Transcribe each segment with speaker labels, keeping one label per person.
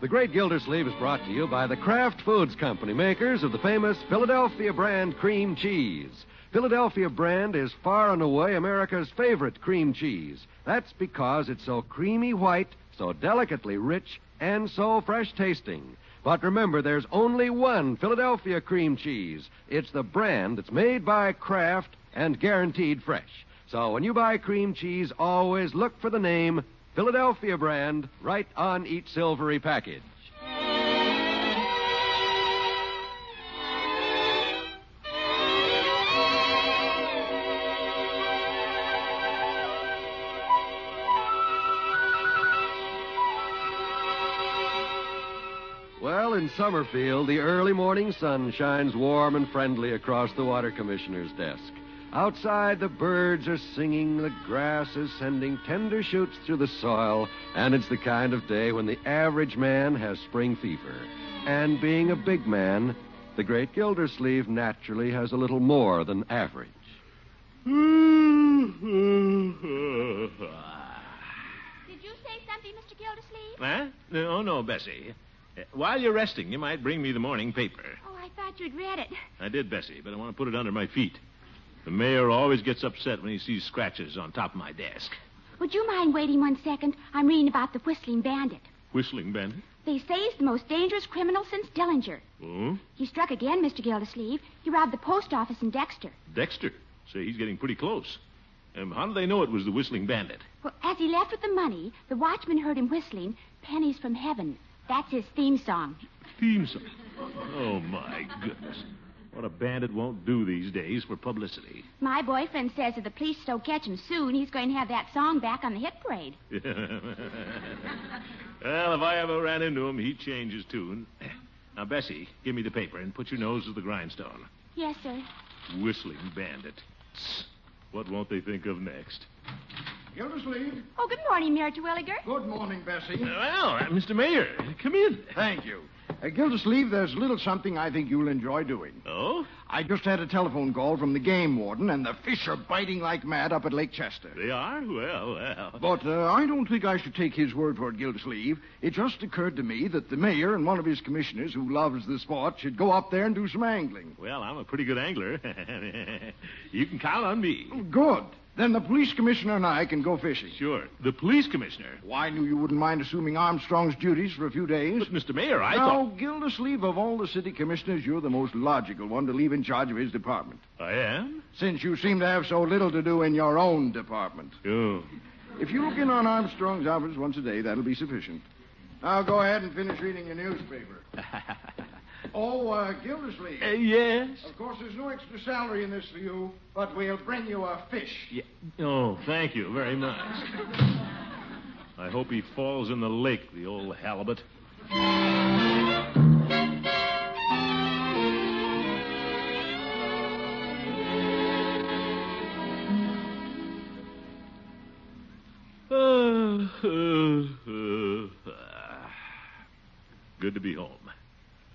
Speaker 1: The Great Gildersleeve is brought to you by the Kraft Foods Company, makers of the famous Philadelphia brand cream cheese. Philadelphia brand is far and away America's favorite cream cheese. That's because it's so creamy white, so delicately rich, and so fresh tasting. But remember, there's only one Philadelphia cream cheese. It's the brand that's made by Kraft and guaranteed fresh. So when you buy cream cheese, always look for the name Philadelphia brand right on each silvery package. Well, in Summerfield, the early morning sun shines warm and friendly across the water commissioner's desk. Outside, the birds are singing, the grass is sending tender shoots through the soil, and it's the kind of day when the average man has spring fever. And being a big man, the great Gildersleeve naturally has a little more than average.
Speaker 2: Did you say something, Mr. Gildersleeve?
Speaker 3: Huh? No, oh, no, Bessie. Uh, While you're resting, you might bring me the morning paper.
Speaker 2: Oh, I thought you'd read it.
Speaker 3: I did, Bessie, but I want to put it under my feet. The mayor always gets upset when he sees scratches on top of my desk.
Speaker 2: Would you mind waiting one second? I'm reading about the Whistling Bandit.
Speaker 3: Whistling Bandit?
Speaker 2: They say he's the most dangerous criminal since Dillinger.
Speaker 3: Oh,
Speaker 2: He struck again, Mr. Gildersleeve. He robbed the post office in Dexter.
Speaker 3: Dexter. Say, he's getting pretty close. Um, how do they know it was the Whistling Bandit?
Speaker 2: Well, as he left with the money, the watchman heard him whistling Pennies from Heaven. That's his theme song.
Speaker 3: Theme song. Oh, my goodness. What a bandit won't do these days for publicity.
Speaker 2: My boyfriend says if the police don't catch him soon, he's going to have that song back on the hit parade.
Speaker 3: well, if I ever ran into him, he'd change his tune. Now, Bessie, give me the paper and put your nose to the grindstone.
Speaker 2: Yes, sir.
Speaker 3: Whistling bandit. Tss. What won't they think of next?
Speaker 4: Gildersleeve,
Speaker 2: Oh, good morning, Mayor Terwilliger.
Speaker 4: good morning, Bessie.
Speaker 3: Well, uh, Mr. Mayor, come in.
Speaker 4: Thank you. Uh, Gildersleeve, there's little something I think you'll enjoy doing.
Speaker 3: Oh?
Speaker 4: I just had a telephone call from the game warden, and the fish are biting like mad up at Lake Chester.
Speaker 3: They are? Well, well.
Speaker 4: But uh, I don't think I should take his word for it, Gildersleeve. It just occurred to me that the mayor and one of his commissioners who loves the sport should go up there and do some angling.
Speaker 3: Well, I'm a pretty good angler. you can count on me.
Speaker 4: Oh, Good. Then the police commissioner and I can go fishing.
Speaker 3: Sure. The police commissioner.
Speaker 4: Well, I knew you wouldn't mind assuming Armstrong's duties for a few days.
Speaker 3: But, Mr. Mayor, I
Speaker 4: now,
Speaker 3: thought.
Speaker 4: Gildersleeve, of all the city commissioners, you're the most logical one to leave in charge of his department,
Speaker 3: I am?
Speaker 4: since you seem to have so little to do in your own department.
Speaker 3: Oh.
Speaker 4: If you look in on Armstrong's office once a day, that'll be sufficient. Now, go ahead and finish reading your newspaper. oh, uh, Gildersleeve,
Speaker 3: Uh, yes?
Speaker 4: of course, there's no extra salary in this for you, but we'll bring you a fish.
Speaker 3: Yeah. Oh, thank you very much. I hope he falls in the lake, the old halibut. Good to be home.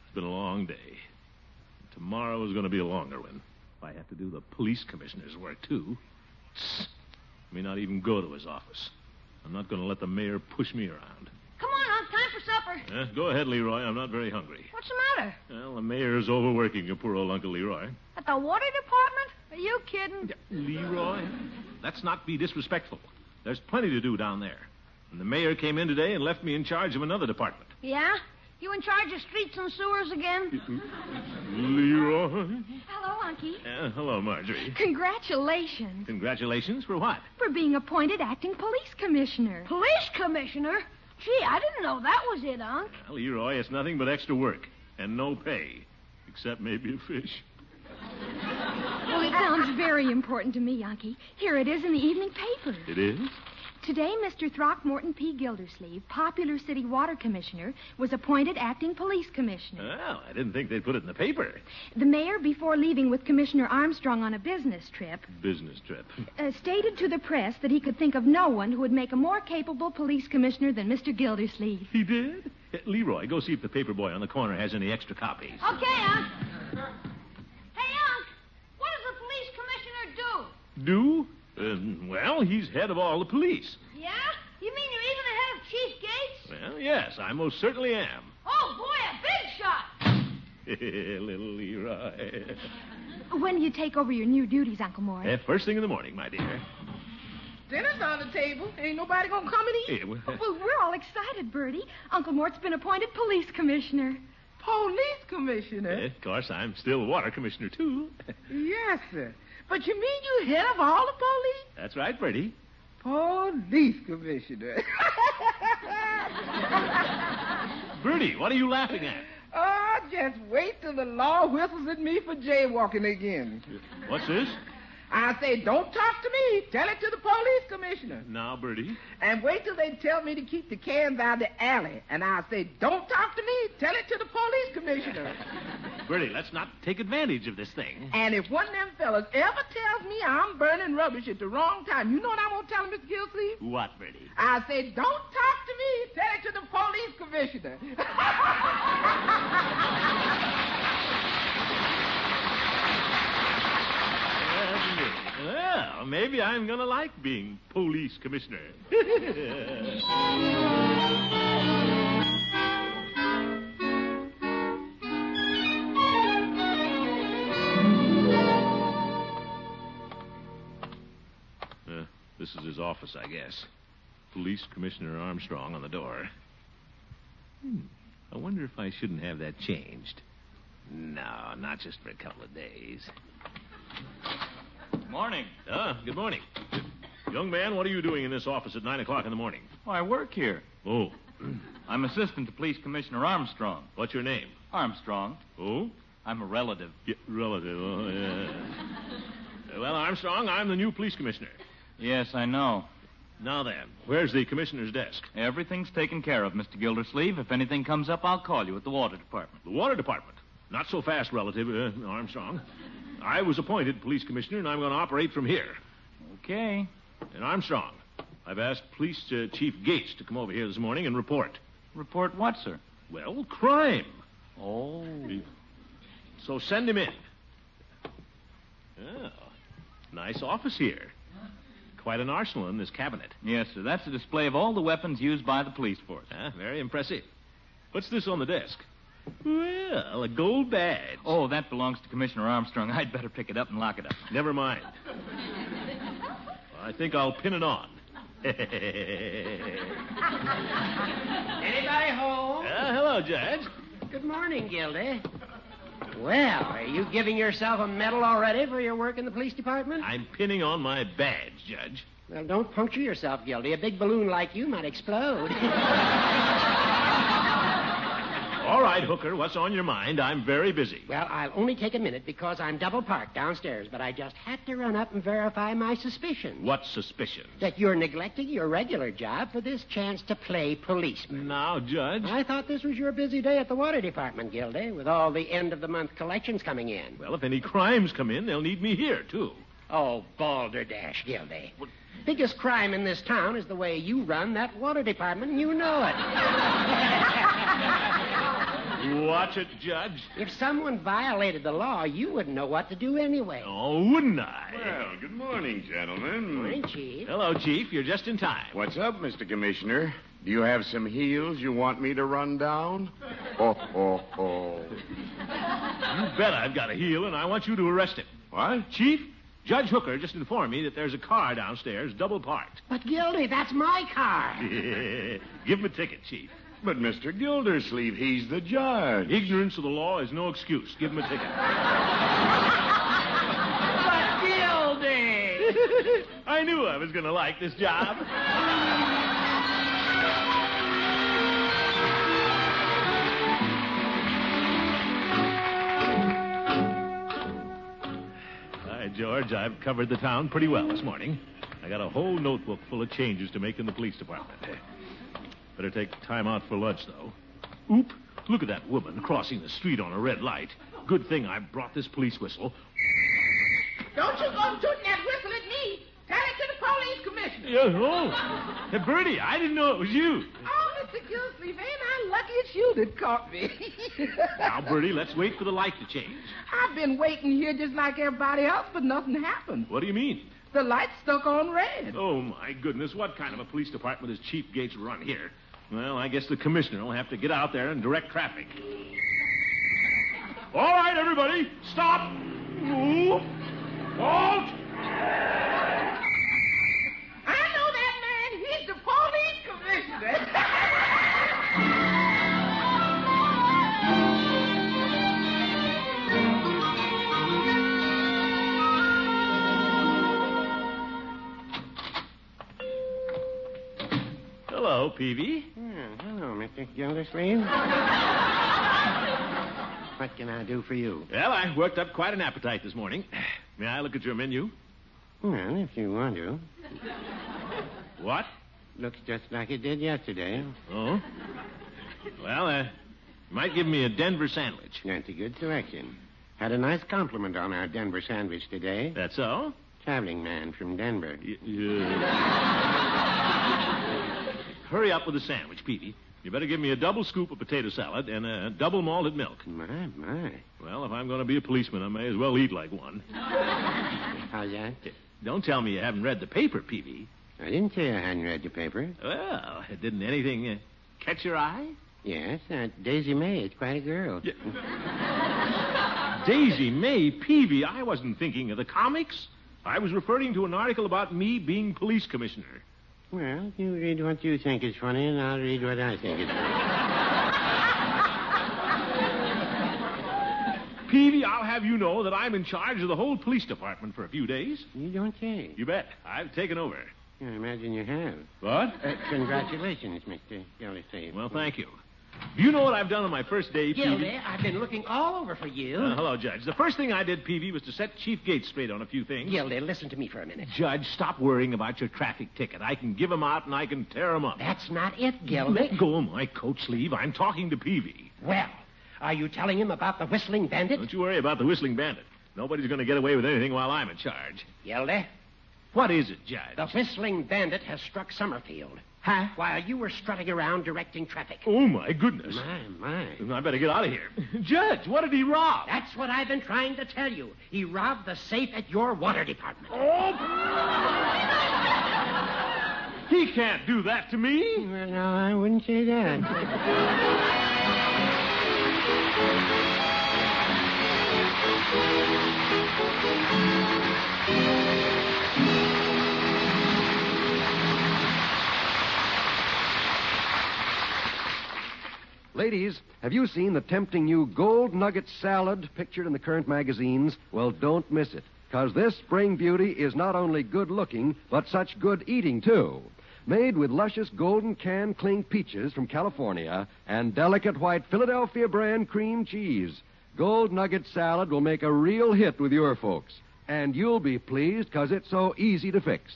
Speaker 3: It's been a long day. Tomorrow is going to be a longer one. I have to do the police commissioner's work, too. Tss. I may not even go to his office. I'm not going to let the mayor push me around.
Speaker 5: Come on, Unc. Time for supper.
Speaker 3: Eh, go ahead, Leroy. I'm not very hungry.
Speaker 5: What's the matter?
Speaker 3: Well, the mayor's overworking your poor old Uncle Leroy.
Speaker 5: At the water department? Are you kidding?
Speaker 3: Leroy? Let's not be disrespectful. There's plenty to do down there. And the mayor came in today and left me in charge of another department.
Speaker 5: Yeah? You in charge of streets and sewers again?
Speaker 3: Leroy?
Speaker 2: Hello, Unky.
Speaker 3: Eh, hello, Marjorie.
Speaker 6: Congratulations
Speaker 3: Congratulations for what?
Speaker 6: for being appointed acting police commissioner.
Speaker 5: Police commissioner? Gee, I didn't know that was it, Unc.
Speaker 3: Well, Leroy, it's nothing but extra work and no pay, except maybe a fish.
Speaker 6: Well, it sounds very important to me, Yankee. Here it is in the evening paper.
Speaker 3: It is?
Speaker 6: Today, Mr. Throckmorton P. Gildersleeve, popular city water commissioner, was appointed acting police commissioner.
Speaker 3: Well, I didn't think they'd put it in the paper.
Speaker 6: The mayor, before leaving with Commissioner Armstrong on a business trip,
Speaker 3: Business trip.
Speaker 6: uh, stated to the press that he could think of no one who would make a more capable police commissioner than Mr. Gildersleeve.
Speaker 3: He did? Uh, Leroy, go see if the paper boy on the corner has any extra copies.
Speaker 5: Okay, Unc. Hey, Unc, what does the police commissioner do?
Speaker 3: Do? Uh, well, he's head of all the police.
Speaker 5: Yeah? You mean you're even ahead of Chief Gates?
Speaker 3: Well, yes, I most certainly am.
Speaker 5: Oh, boy, a big shot.
Speaker 3: Little Leroy.
Speaker 6: When do you take over your new duties, Uncle Mort?
Speaker 3: Uh, first thing in the morning, my dear.
Speaker 7: Eh? Dinner's on the table. Ain't nobody gonna come and eat.
Speaker 3: Eh, well,
Speaker 6: Well, we're all excited, Bertie. Uncle Mort's been appointed police commissioner.
Speaker 7: Police
Speaker 3: uh,
Speaker 7: commissioner.
Speaker 3: of course, I'm still water commissioner, too.
Speaker 7: Yes, sir. But you mean you head of all the police?
Speaker 3: That's right, Bertie.
Speaker 7: Police commissioner.
Speaker 3: Bertie, what are you laughing at?
Speaker 7: oh, just wait till the law whistles at me for jaywalking again.
Speaker 3: What's this?
Speaker 7: I say, don't talk to me. Tell it to the police commissioner.
Speaker 3: Now, Bertie.
Speaker 7: And wait till they tell me to keep the cans out of the alley. And I say, don't talk to me. Tell it to the police commissioner.
Speaker 3: Bertie, let's not take advantage of this thing.
Speaker 7: And if one of them fellas ever tells me I'm burning rubbish at the wrong time, you know what I'm going to tell him, Mr. Gilsey?
Speaker 3: What, Bertie?
Speaker 7: I say, don't talk to me. Tell it to the police commissioner.
Speaker 3: Well, maybe I'm going to like being police commissioner. Uh, Uh, this is his office, I guess. Police Commissioner Armstrong on the door. Hmm. I wonder if I shouldn't have that changed. No, not just for a couple of days.
Speaker 8: Morning.
Speaker 3: Ah, good morning. Young man, what are you doing in this office at 9 o'clock in the morning?
Speaker 8: Oh, I work here.
Speaker 3: Oh,
Speaker 8: I'm assistant to Police Commissioner Armstrong.
Speaker 3: what's your name?
Speaker 8: Armstrong.
Speaker 3: Oh?
Speaker 8: I'm a relative.
Speaker 3: Yeah, relative. Oh, yeah. Uh, well, Armstrong, I'm the new police commissioner.
Speaker 8: Yes, I know.
Speaker 3: Now then, where's the commissioner's desk?
Speaker 8: Everything's taken care of, Mr. Gildersleeve. If anything comes up, I'll call you at the water department.
Speaker 3: The water department. Not so fast, relative uh, Armstrong. I was appointed police commissioner, and I'm going to operate from here.
Speaker 8: Okay.
Speaker 3: And Armstrong, I've asked Police uh, Chief Gates to come over here this morning and report.
Speaker 8: Report what, sir?
Speaker 3: Well, crime.
Speaker 8: Oh.
Speaker 3: So send him in. Oh, nice office here. Quite an arsenal in this cabinet.
Speaker 8: Yes, sir. That's a display of all the weapons used by the police force.
Speaker 3: Huh? Very impressive. What's this on the desk? Well, a gold badge.
Speaker 8: Oh, that belongs to Commissioner Armstrong. I'd better pick it up and lock it up.
Speaker 3: never mind. I think I'll pin it on. uh,
Speaker 9: Anybody home?
Speaker 3: hello, Judge.
Speaker 9: Good morning, Gildy. Well, are you giving yourself a medal already for your work in the police department?
Speaker 3: I'm pinning on my badge, Judge.
Speaker 9: Well, don't puncture yourself, Gildy. A big balloon like you might explode.
Speaker 3: All right, Hooker, what's on your mind? I'm very busy.
Speaker 9: well, I'll only take a minute because I'm double parked downstairs, but I just had to run up and verify my suspicions
Speaker 3: What suspicions?
Speaker 9: that you're neglecting your regular job for this chance to play policeman.
Speaker 3: Now, Judge.
Speaker 9: I thought this was your busy day at the water department, Gildy, with all the end of the month collections coming in.
Speaker 3: Well, if any crimes come in, they'll need me here, too.
Speaker 9: Oh, balderdash, Gildy. Biggest crime in this town is the way you run that water department, and you know it.
Speaker 3: Watch it, Judge.
Speaker 9: if someone violated the law, you wouldn't know what to do anyway.
Speaker 3: Oh, wouldn't I?
Speaker 10: Well, good morning, gentlemen.
Speaker 9: Morning, Chief.
Speaker 3: Hello, Chief. You're just in time.
Speaker 10: What's up, Mr. Commissioner? Do you have some heels you want me to run down? Ho, ho, ho.
Speaker 3: You bet I've got a heel, and I want you to arrest him.
Speaker 10: What?
Speaker 3: Chief, Judge Hooker just informed me that there's a car downstairs, double parked.
Speaker 9: But, Gildy, that's my car.
Speaker 3: Give him a ticket, Chief.
Speaker 10: But Mr. Gildersleeve, he's the judge.
Speaker 3: Ignorance of the law is no excuse. Give him a ticket.
Speaker 9: Gildy!
Speaker 3: I knew I was going to like this job. Hi, George. I've covered the town pretty well this morning. I got a whole notebook full of changes to make in the police department. Better take time out for lunch, though. Oop! Look at that woman crossing the street on a red light. Good thing I brought this police whistle.
Speaker 7: Don't you go tooting that whistle at me. Tell it to the police commissioner.
Speaker 3: Yeah, oh. Hey, Bertie, I didn't know it was you.
Speaker 7: Oh, Mr. Gillsleeve, ain't I lucky it's you that caught me?
Speaker 3: Now, Bertie, let's wait for the light to change.
Speaker 7: I've been waiting here just like everybody else, but nothing happened.
Speaker 3: What do you mean?
Speaker 7: The light stuck on red.
Speaker 3: Oh, my goodness. What kind of a police department is Chief Gates run here? Well, I guess the commissioner will have to get out there and direct traffic. All right, everybody, stop. Move. Halt.
Speaker 7: I know that man. He's the police commissioner.
Speaker 3: Hello, Peavy.
Speaker 9: hello, Mr. Gildersleeve. what can I do for you?
Speaker 3: Well, I worked up quite an appetite this morning. May I look at your menu?
Speaker 9: Well, if you want to.
Speaker 3: What?
Speaker 9: Looks just like it did yesterday.
Speaker 3: Oh? Well, uh, you might give me a Denver sandwich.
Speaker 9: That's a good selection. Had a nice compliment on our Denver sandwich today.
Speaker 3: That's so?
Speaker 9: Traveling man from Denver.
Speaker 3: Y- yeah. Hurry up with the sandwich, Peavy. You better give me a double scoop of potato salad and a double malted milk.
Speaker 9: My, my.
Speaker 3: Well, if I'm going to be a policeman, I may as well eat like one.
Speaker 9: How's that?
Speaker 3: Don't tell me you haven't read the paper, Peavy.
Speaker 9: I didn't say I hadn't read the paper.
Speaker 3: Well, didn't anything uh, catch your eye?
Speaker 9: Yes, uh, Daisy May is quite a girl.
Speaker 3: Daisy May Peavy, I wasn't thinking of the comics. I was referring to an article about me being police commissioner.
Speaker 9: Well, you read what you think is funny, and I'll read what I think is funny.
Speaker 3: Peavy, I'll have you know that I'm in charge of the whole police department for a few days.
Speaker 9: You don't say.
Speaker 3: You bet. I've taken over.
Speaker 9: I imagine you have.
Speaker 3: What?
Speaker 9: Uh, congratulations, Mr. Gildersleeve.
Speaker 3: Well, thank you. Do you know what I've done on my first day, Peavy?
Speaker 9: Gildy,
Speaker 3: Uh,
Speaker 9: I've been looking all over for you.
Speaker 3: hello, Judge. The first thing I did, Peavy, was to set Chief Gates straight on a few things.
Speaker 9: Gildy, listen to me for a minute.
Speaker 3: Judge, stop worrying about your traffic ticket. I can give 'em out and I can tear 'em up.
Speaker 9: That's not it,
Speaker 3: Let go of my coat sleeve. I'm talking to Peavy.
Speaker 9: Well, are you telling him about the whistling bandit?
Speaker 3: Don't you worry about the whistling bandit. Nobody's going to get away with anything while I'm in charge.
Speaker 9: Gildy,
Speaker 3: What is it, Judge?
Speaker 9: the whistling bandit has struck Summerfield. Huh? While you were strutting around directing traffic.
Speaker 3: Oh, my goodness.
Speaker 9: My, my.
Speaker 3: I better get out of here. Judge, what did he rob?
Speaker 9: That's what I've been trying to tell you. He robbed the safe at your water department.
Speaker 3: He can't do that to me.
Speaker 9: Well, no, I wouldn't say that.
Speaker 1: Ladies, have you seen the tempting new gold nugget salad pictured in the current magazines? Well, don't miss it, because this spring beauty is not only good looking, but such good eating, too. Made with luscious golden can cling peaches from California and delicate white Philadelphia brand cream cheese. Gold nugget salad will make a real hit with your folks, and you'll be pleased because it's so easy to fix.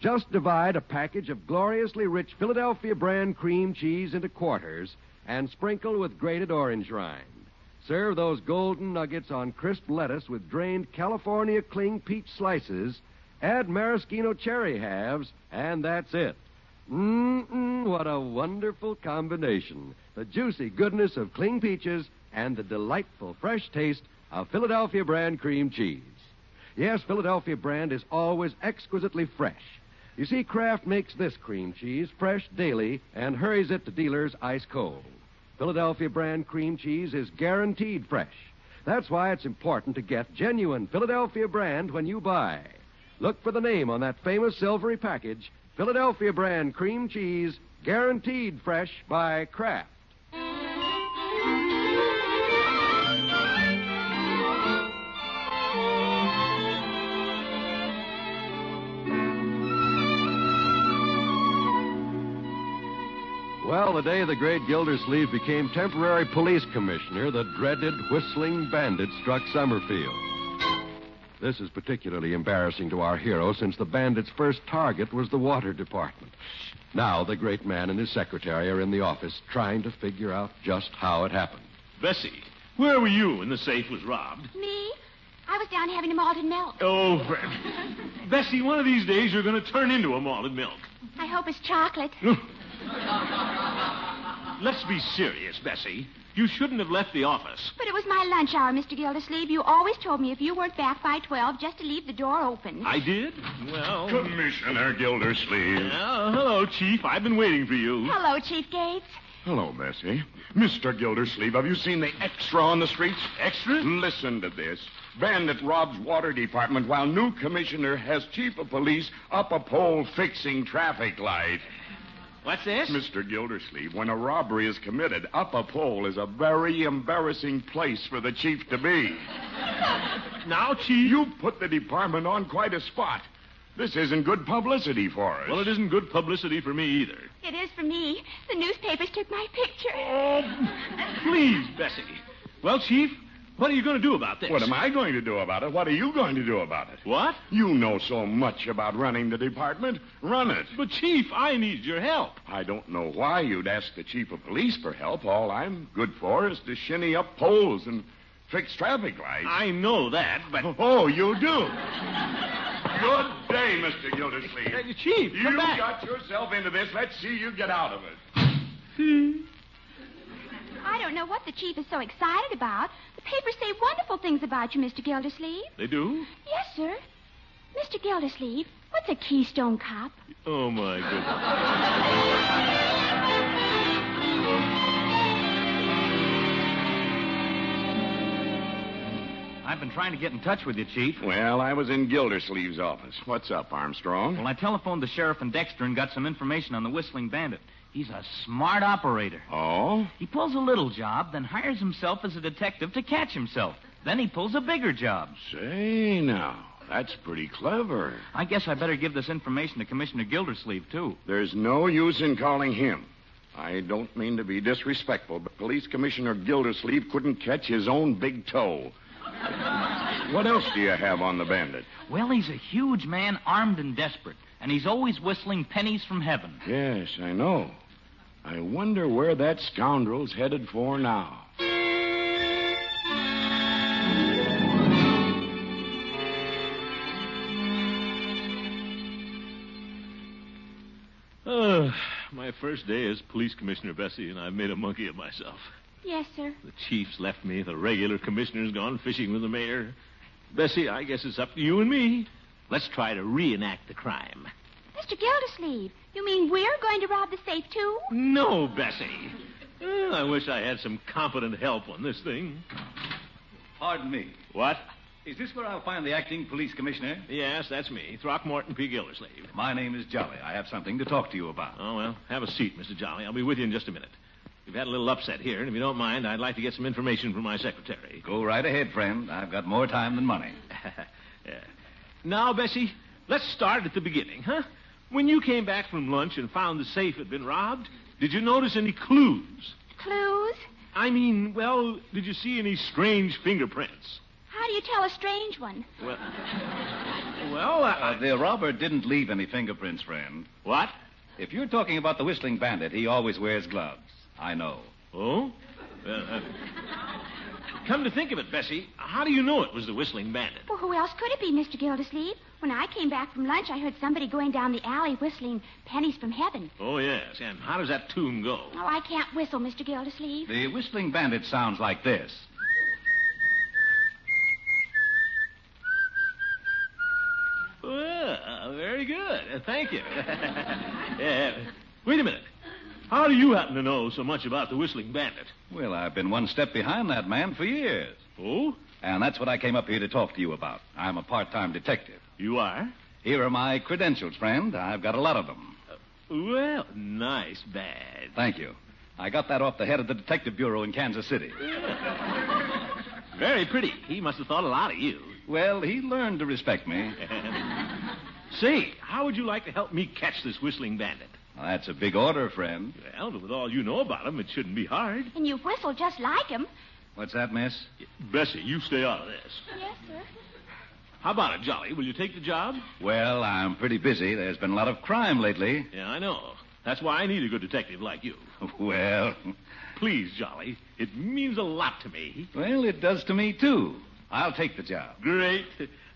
Speaker 1: Just divide a package of gloriously rich Philadelphia brand cream cheese into quarters and sprinkle with grated orange rind. Serve those golden nuggets on crisp lettuce with drained California cling peach slices. Add maraschino cherry halves, and that's it. Mmm, what a wonderful combination. The juicy goodness of cling peaches and the delightful fresh taste of Philadelphia brand cream cheese. Yes, Philadelphia brand is always exquisitely fresh. You see, Kraft makes this cream cheese fresh daily and hurries it to dealers ice cold. Philadelphia brand cream cheese is guaranteed fresh. That's why it's important to get genuine Philadelphia brand when you buy. Look for the name on that famous silvery package Philadelphia brand cream cheese, guaranteed fresh by Kraft. Well, the day the great Gildersleeve became temporary police commissioner, the dreaded whistling bandit struck Summerfield. This is particularly embarrassing to our hero since the bandit's first target was the water department. Now the great man and his secretary are in the office trying to figure out just how it happened.
Speaker 3: Bessie, where were you when the safe was robbed?
Speaker 2: Me? I was down having a malted milk.
Speaker 3: Oh, Fred. Bessie, one of these days you're going to turn into a malted milk.
Speaker 2: I hope it's chocolate.
Speaker 3: Let's be serious, Bessie. You shouldn't have left the office.
Speaker 2: But it was my lunch hour, Mr. Gildersleeve. You always told me if you weren't back by 12, just to leave the door open.
Speaker 3: I did? Well.
Speaker 10: Commissioner Gildersleeve.
Speaker 3: Well, hello, Chief. I've been waiting for you.
Speaker 2: Hello, Chief Gates.
Speaker 10: Hello, Bessie. Mr. Gildersleeve, have you seen the extra on the streets?
Speaker 3: Extra?
Speaker 10: Listen to this. Bandit robs water department while new commissioner has chief of police up a pole fixing traffic light.
Speaker 3: What's this?
Speaker 10: Mr. Gildersleeve, when a robbery is committed, up a pole is a very embarrassing place for the chief to be.
Speaker 3: Now, Chief.
Speaker 10: You put the department on quite a spot. This isn't good publicity for us.
Speaker 3: Well, it isn't good publicity for me either.
Speaker 2: It is for me. The newspapers took my picture.
Speaker 3: Please, Bessie. Well, Chief, what are you going to do about this?
Speaker 10: What am I going to do about it? What are you going to do about it?
Speaker 3: What?
Speaker 10: You know so much about running the department. Run it.
Speaker 3: But, Chief, I need your help.
Speaker 10: I don't know why you'd ask the chief of police for help. All I'm good for is to shinny up poles and fix traffic lights.
Speaker 3: I know that, but.
Speaker 10: Oh, you do? good day, Mr. Gildersleeve.
Speaker 3: Uh, Chief,
Speaker 10: You
Speaker 3: come back.
Speaker 10: got yourself into this. Let's see you get out of it.
Speaker 2: I don't know what the chief is so excited about. The papers say wonderful things about you, Mr. Gildersleeve.
Speaker 3: They do?
Speaker 2: Yes, sir. Mr. Gildersleeve, what's a Keystone Cop?
Speaker 3: Oh, my goodness.
Speaker 8: I've been trying to get in touch with you, Chief.
Speaker 10: Well, I was in Gildersleeve's office. What's up, Armstrong?
Speaker 8: Well, I telephoned the sheriff in Dexter and got some information on the whistling bandit. He's a smart operator.
Speaker 10: Oh?
Speaker 8: He pulls a little job, then hires himself as a detective to catch himself. Then he pulls a bigger job.
Speaker 10: Say now, that's pretty clever.
Speaker 8: I guess I better give this information to Commissioner Gildersleeve, too.
Speaker 10: There's no use in calling him. I don't mean to be disrespectful, but Police Commissioner Gildersleeve couldn't catch his own big toe. what else do you have on the bandit?
Speaker 8: Well, he's a huge man, armed and desperate, and he's always whistling pennies from heaven.
Speaker 10: Yes, I know. I wonder where that scoundrel's headed for now.
Speaker 3: Uh, my first day as police commissioner, Bessie, and I've made a monkey of myself.
Speaker 2: Yes, sir.
Speaker 3: The chief's left me. The regular commissioner's gone fishing with the mayor. Bessie, I guess it's up to you and me. Let's try to reenact the crime.
Speaker 2: Mr. Gildersleeve, you mean we're going to rob the safe, too?
Speaker 3: No, Bessie. Oh, I wish I had some competent help on this thing.
Speaker 11: Pardon me.
Speaker 3: What?
Speaker 11: Is this where I'll find the acting police commissioner?
Speaker 3: Yes, that's me, Throckmorton P. Gildersleeve.
Speaker 11: My name is Jolly. I have something to talk to you about.
Speaker 3: Oh, well, have a seat, Mr. Jolly. I'll be with you in just a minute. We've had a little upset here, and if you don't mind, I'd like to get some information from my secretary.
Speaker 11: Go right ahead, friend. I've got more time than money.
Speaker 3: Yeah. Now, Bessie, let's start at the beginning, huh? When you came back from lunch and found the safe had been robbed, did you notice any clues?
Speaker 2: Clues?
Speaker 3: I mean, well, did you see any strange fingerprints?
Speaker 2: How do you tell a strange one?
Speaker 3: Well, well, I...
Speaker 11: Uh, the robber didn't leave any fingerprints, friend.
Speaker 3: what?
Speaker 11: If you're talking about the whistling bandit, he always wears gloves. I know.
Speaker 3: Oh? Well, uh, come to think of it, Bessie, how do you know it was the Whistling Bandit?
Speaker 2: Well, who else could it be, Mr. Gildersleeve? When I came back from lunch, I heard somebody going down the alley whistling pennies from heaven.
Speaker 3: Oh, yes, and how does that tune go?
Speaker 2: Oh, I can't whistle, Mr. Gildersleeve.
Speaker 11: The whistling bandit sounds like this.
Speaker 3: Well, very good. Uh, Thank you. Yeah. Wait a minute. How do you happen to know so much about the Whistling Bandit?
Speaker 11: Well, I've been one step behind that man for years.
Speaker 3: Oh,
Speaker 11: And that's what I came up here to talk to you about. I'm a part time detective.
Speaker 3: you are?
Speaker 11: Here are my credentials, friend. I've got a lot of them.
Speaker 3: Well, nice bad.
Speaker 11: Thank you. I got that off the head of the Detective Bureau in Kansas City.
Speaker 3: Very pretty. He must have thought a lot of you.
Speaker 11: Well, he learned to respect me.
Speaker 3: Say, how would you like to help me catch this Whistling Bandit?
Speaker 11: Now, that's a big order, friend.
Speaker 3: Well, but with all you know about him, it shouldn't be hard.
Speaker 2: And you whistle just like him.
Speaker 11: What's that, miss?
Speaker 3: Bessie, you stay out of this.
Speaker 2: Yes, sir.
Speaker 3: How about it, Jolly? Will you take the job?
Speaker 11: Well, I'm pretty busy. There's been a lot of crime lately.
Speaker 3: Yeah, I know. That's why I need a good detective like you.
Speaker 11: Well,
Speaker 3: Please, Jolly. It means a lot to me.
Speaker 11: well, it does to me, too. I'll take the job.
Speaker 3: Great.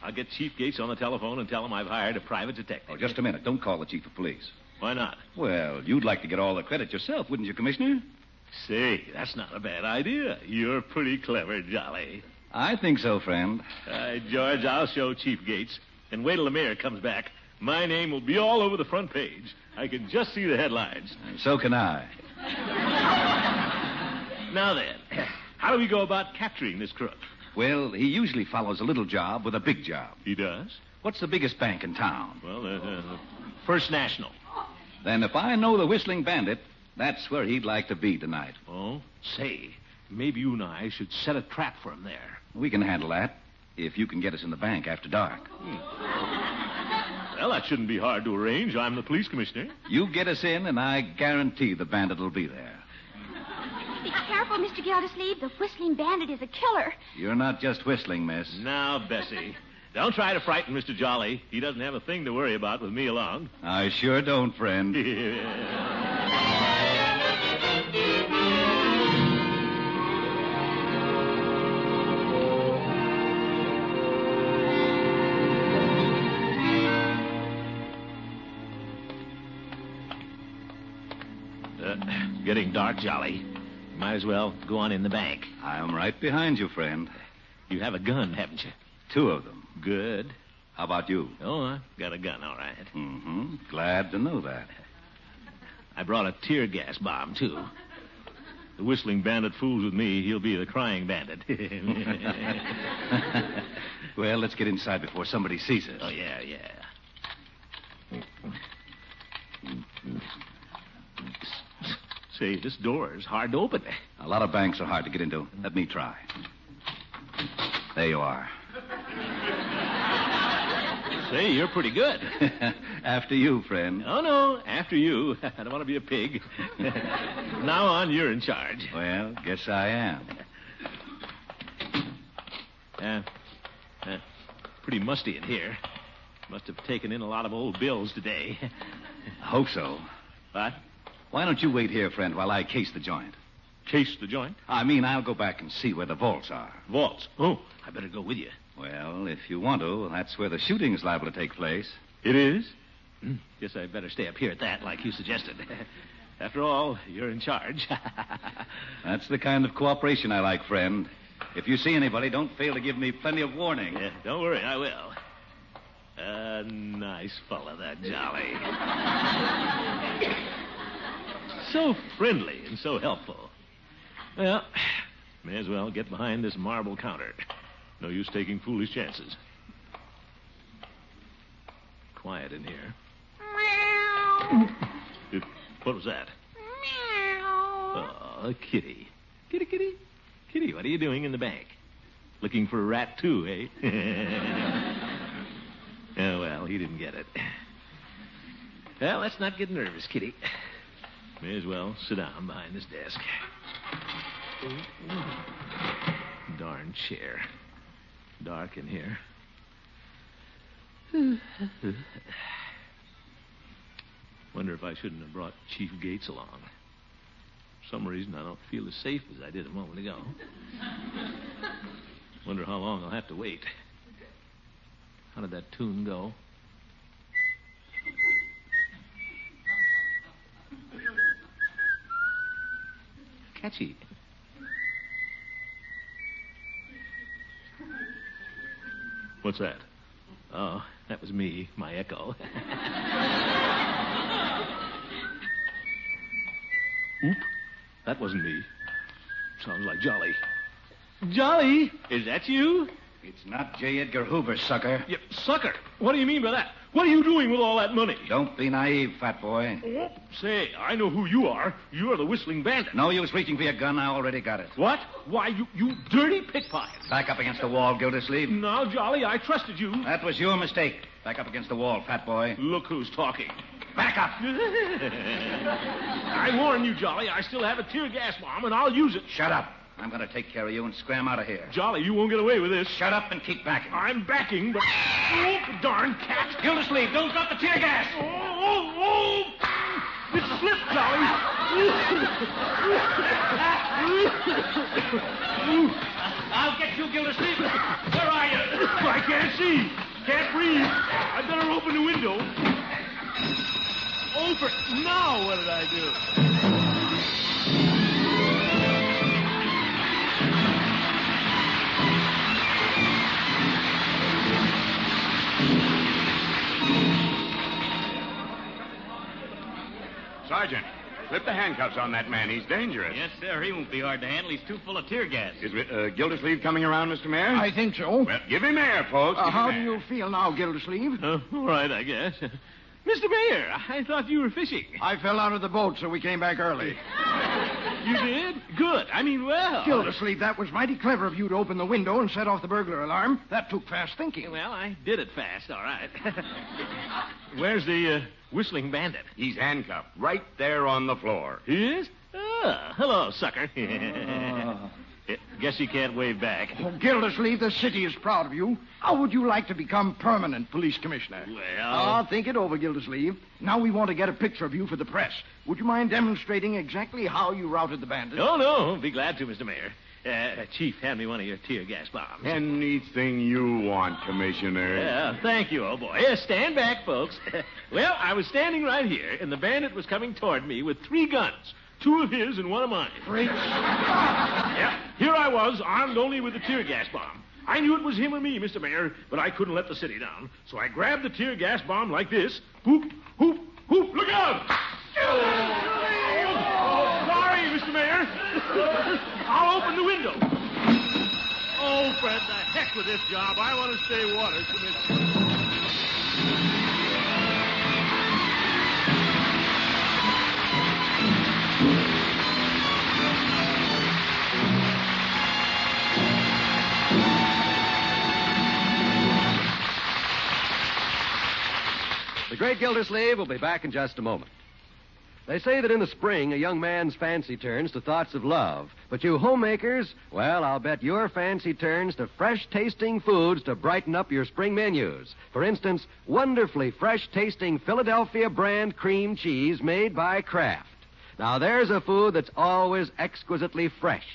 Speaker 3: I'll get Chief Gates on the telephone and tell him I've hired a private detective.
Speaker 11: Oh, just a minute. Don't call the chief of police.
Speaker 3: Why not?
Speaker 11: Well, you'd like to get all the credit yourself, wouldn't you, Commissioner?
Speaker 3: Say, that's not a bad idea. You're pretty clever, Jolly.
Speaker 11: I think so, friend.
Speaker 3: Uh, George, I'll show Chief Gates. And wait till the mayor comes back. My name will be all over the front page. I can just see the headlines.
Speaker 11: And so can I.
Speaker 3: Now then, how do we go about capturing this crook?
Speaker 11: Well, he usually follows a little job with a big job.
Speaker 3: He does?
Speaker 11: What's the biggest bank in town?
Speaker 3: Well, uh, uh, First National.
Speaker 11: Then if I know the Whistling Bandit, that's where he'd like to be tonight.
Speaker 3: Oh? Say, maybe you and I should set a trap for him there.
Speaker 11: We can handle that if you can get us in the bank after dark.
Speaker 3: Hmm. Well, that shouldn't be hard to arrange. I'm the police commissioner.
Speaker 11: You get us in, and I guarantee the bandit will be there.
Speaker 2: Be careful, Mr. Gildersleeve. The whistling bandit is a killer.
Speaker 11: You're not just whistling, miss.
Speaker 3: Now, Bessie, don't try to frighten Mr. Jolly. He doesn't have a thing to worry about with me along.
Speaker 11: I sure don't, friend.
Speaker 3: Uh, getting dark, Jolly. Might as well go on in the bank.
Speaker 11: I'm right behind you, friend.
Speaker 3: You have a gun, haven't you?
Speaker 11: Two of them.
Speaker 3: Good.
Speaker 11: How about you?
Speaker 3: Oh, I got a gun, all right.
Speaker 11: Mm-hmm. Glad to know that.
Speaker 3: I brought a tear gas bomb, too. The whistling bandit fools with me, he'll be the crying bandit.
Speaker 11: Well, let's get inside before somebody sees us.
Speaker 3: oh, yeah, yeah. Say, this door is hard to open.
Speaker 11: A lot of banks are hard to get into. Let me try. There you are.
Speaker 3: Say, you're pretty good.
Speaker 11: After you, friend.
Speaker 3: Oh, no, after you. I don't want to be a pig. now on, you're in charge.
Speaker 11: Well, guess I am.
Speaker 3: Uh, uh, pretty musty in here. Must have taken in a lot of old bills today.
Speaker 11: I hope so.
Speaker 3: What?
Speaker 11: Why don't you wait here, friend, while I case the joint?
Speaker 3: Case the joint?
Speaker 11: I mean, I'll go back and see where the vaults are.
Speaker 3: Vaults. Oh, I better go with you.
Speaker 11: Well, if you want to, that's where the shooting's liable to take place. Hmm.
Speaker 3: It is? Guess I better stay up here at that, like you suggested. After all, you're in charge.
Speaker 11: That's the kind of cooperation I like, friend. If you see anybody, don't fail to give me plenty of warning.
Speaker 3: Yeah, don't worry, I will. Uh, nice fella, that Jolly. so friendly and so helpful. Well, may as well get behind this marble counter. No use taking foolish chances. Quiet in here.
Speaker 5: Meow.
Speaker 3: It- What was that?
Speaker 5: Meow.
Speaker 3: Oh, kitty. Kitty, kitty. Kitty, what are you doing in the bank? Looking for a rat, too, eh? oh, well, he didn't get it. Well, let's not get nervous, kitty. May as well sit down behind this desk. Darn chair. Dark in here. Wonder if I shouldn't have brought Chief Gates along. For some reason, I don't feel as safe as I did a moment ago. Wonder how long I'll have to wait. How did that tune go? Catchy. What's that? Oh, that was me, my echo. Oop. That wasn't me. Sounds like Jolly. Jolly? Is that you?
Speaker 11: It's not J. Edgar Hoover, sucker.
Speaker 3: You sucker. What do you mean by that? What are you doing with all that money?
Speaker 11: Don't be naive, fat boy.
Speaker 3: Oh, say, I know who you are. You're the whistling bandit.
Speaker 11: No use reaching for your gun. I already got it.
Speaker 3: What? Why, you, you dirty pickpocket.
Speaker 11: Back up against the wall, Gildersleeve.
Speaker 3: Now, Jolly, I trusted you.
Speaker 11: That was your mistake. Back up against the wall, fat boy.
Speaker 3: Look who's talking.
Speaker 11: Back up.
Speaker 3: I warn you, Jolly, I still have a tear gas bomb, and I'll use it.
Speaker 11: Shut up. I'm going to take care of you and scram out of here.
Speaker 3: Jolly, you won't get away with this.
Speaker 11: Shut up and keep backing.
Speaker 3: I'm backing, but. Oh, darn cat!
Speaker 11: Gildersleeve, don't drop the tear gas!
Speaker 3: Oh, oh, oh! It slipped, Jolly!
Speaker 11: I'll get you, Gildersleeve. Where are you?
Speaker 3: I can't see. Can't breathe. I better open the window. Over. Now what did I do?
Speaker 10: Sergeant, slip the handcuffs on that man. He's dangerous.
Speaker 8: Yes, sir. He won't be hard to handle. He's too full of tear gas.
Speaker 10: Is uh, Gildersleeve coming around, Mr. Mayor?
Speaker 4: I think so.
Speaker 10: Well, give him air, folks.
Speaker 4: Uh,
Speaker 10: Give him
Speaker 4: how do
Speaker 10: air.
Speaker 4: you feel now, Gildersleeve?
Speaker 3: Uh, all right, I guess. Mr. Mayor, I thought you were fishing.
Speaker 4: I fell out of the boat, so we came back early.
Speaker 3: You did? Good. I mean, well.
Speaker 4: Gildersleeve, that was mighty clever of you to open the window and set off the burglar alarm. That took fast thinking.
Speaker 3: Well, I did it fast, all right. Where's the uh, whistling bandit?
Speaker 10: He's handcuffed right there on the floor.
Speaker 3: He is? Ah, hello, sucker. Eh, Guess he can't wave back.
Speaker 4: Oh, Gildersleeve, the city is proud of you. How would you like to become permanent police commissioner?
Speaker 3: Well.
Speaker 4: Ah, think it over, Gildersleeve. Now we want to get a picture of you for the press. Would you mind demonstrating exactly how you routed the bandit?
Speaker 3: Oh, no. Be glad to, Mr. Mayor. Uh, Chief, hand me one of your tear gas bombs.
Speaker 10: Anything you want, Commissioner.
Speaker 3: Yeah, thank you, old boy. Yeah, stand back, folks. well, I was standing right here, and the bandit was coming toward me with three guns. Two of his and one of mine.
Speaker 4: Great
Speaker 3: Yeah, here I was, armed only with a tear gas bomb. I knew it was him or me, Mr. Mayor, but I couldn't let the city down. So I grabbed the tear gas bomb like this. Hoop, hoop, hoop, look out! Oh, sorry, Mr. Mayor. I'll open the window. Oh, Fred, the heck with this job. I want to stay water commissioner.
Speaker 1: The great Gildersleeve will be back in just a moment. They say that in the spring, a young man's fancy turns to thoughts of love. But you homemakers, well, I'll bet your fancy turns to fresh tasting foods to brighten up your spring menus. For instance, wonderfully fresh tasting Philadelphia brand cream cheese made by Kraft. Now, there's a food that's always exquisitely fresh.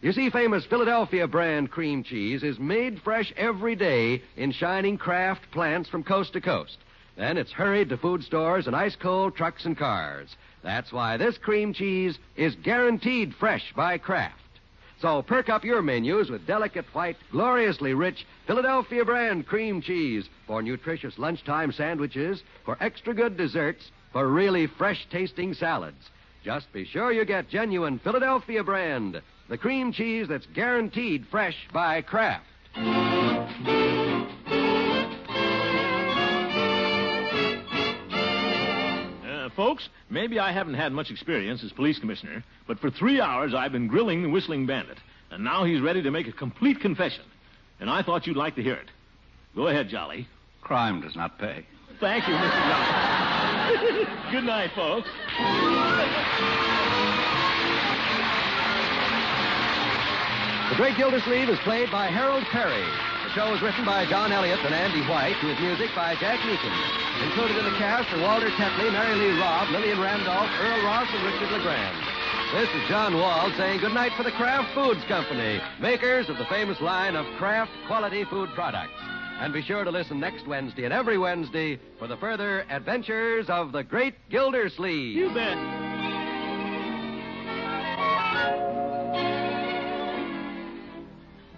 Speaker 1: You see, famous Philadelphia brand cream cheese is made fresh every day in shining Kraft plants from coast to coast. Then it's hurried to food stores and ice cold trucks and cars. That's why this cream cheese is guaranteed fresh by Kraft. So perk up your menus with delicate white, gloriously rich Philadelphia brand cream cheese for nutritious lunchtime sandwiches, for extra good desserts, for really fresh tasting salads. Just be sure you get genuine Philadelphia brand, the cream cheese that's guaranteed fresh by Kraft.
Speaker 3: Uh, folks, maybe I haven't had much experience as police commissioner, but for three hours I've been grilling the whistling bandit, and now he's ready to make a complete confession. And I thought you'd like to hear it. Go ahead, Jolly.
Speaker 11: Crime does not pay.
Speaker 3: Thank you, Mr. Jolly. Good night, folks.
Speaker 1: The Great Gildersleeve is played by Harold Perry. The show is written by Don Elliott and Andy White, with music by Jack Meakin. Included in the cast are Walter Tetley, Mary Lee Robb, Lillian Randolph, Earl Ross, and Richard LeGrand. This is John Wald saying goodnight for the Kraft Foods Company, makers of the famous line of Kraft quality food products. And be sure to listen next Wednesday and every Wednesday for the further adventures of the Great Gildersleeve.
Speaker 3: You bet.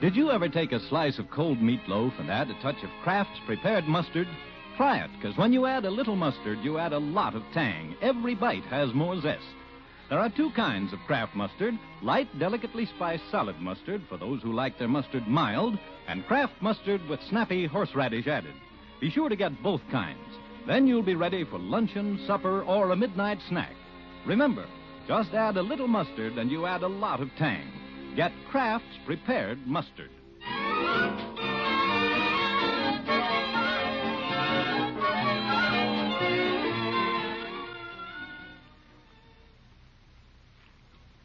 Speaker 12: Did you ever take a slice of cold meatloaf and add a touch of Kraft's prepared mustard? Try it, because when you add a little mustard, you add a lot of tang. Every bite has more zest. There are two kinds of Kraft mustard light, delicately spiced solid mustard for those who like their mustard mild, and Kraft mustard with snappy horseradish added. Be sure to get both kinds. Then you'll be ready for luncheon, supper, or a midnight snack. Remember, just add a little mustard and you add a lot of tang. Get Kraft's prepared mustard.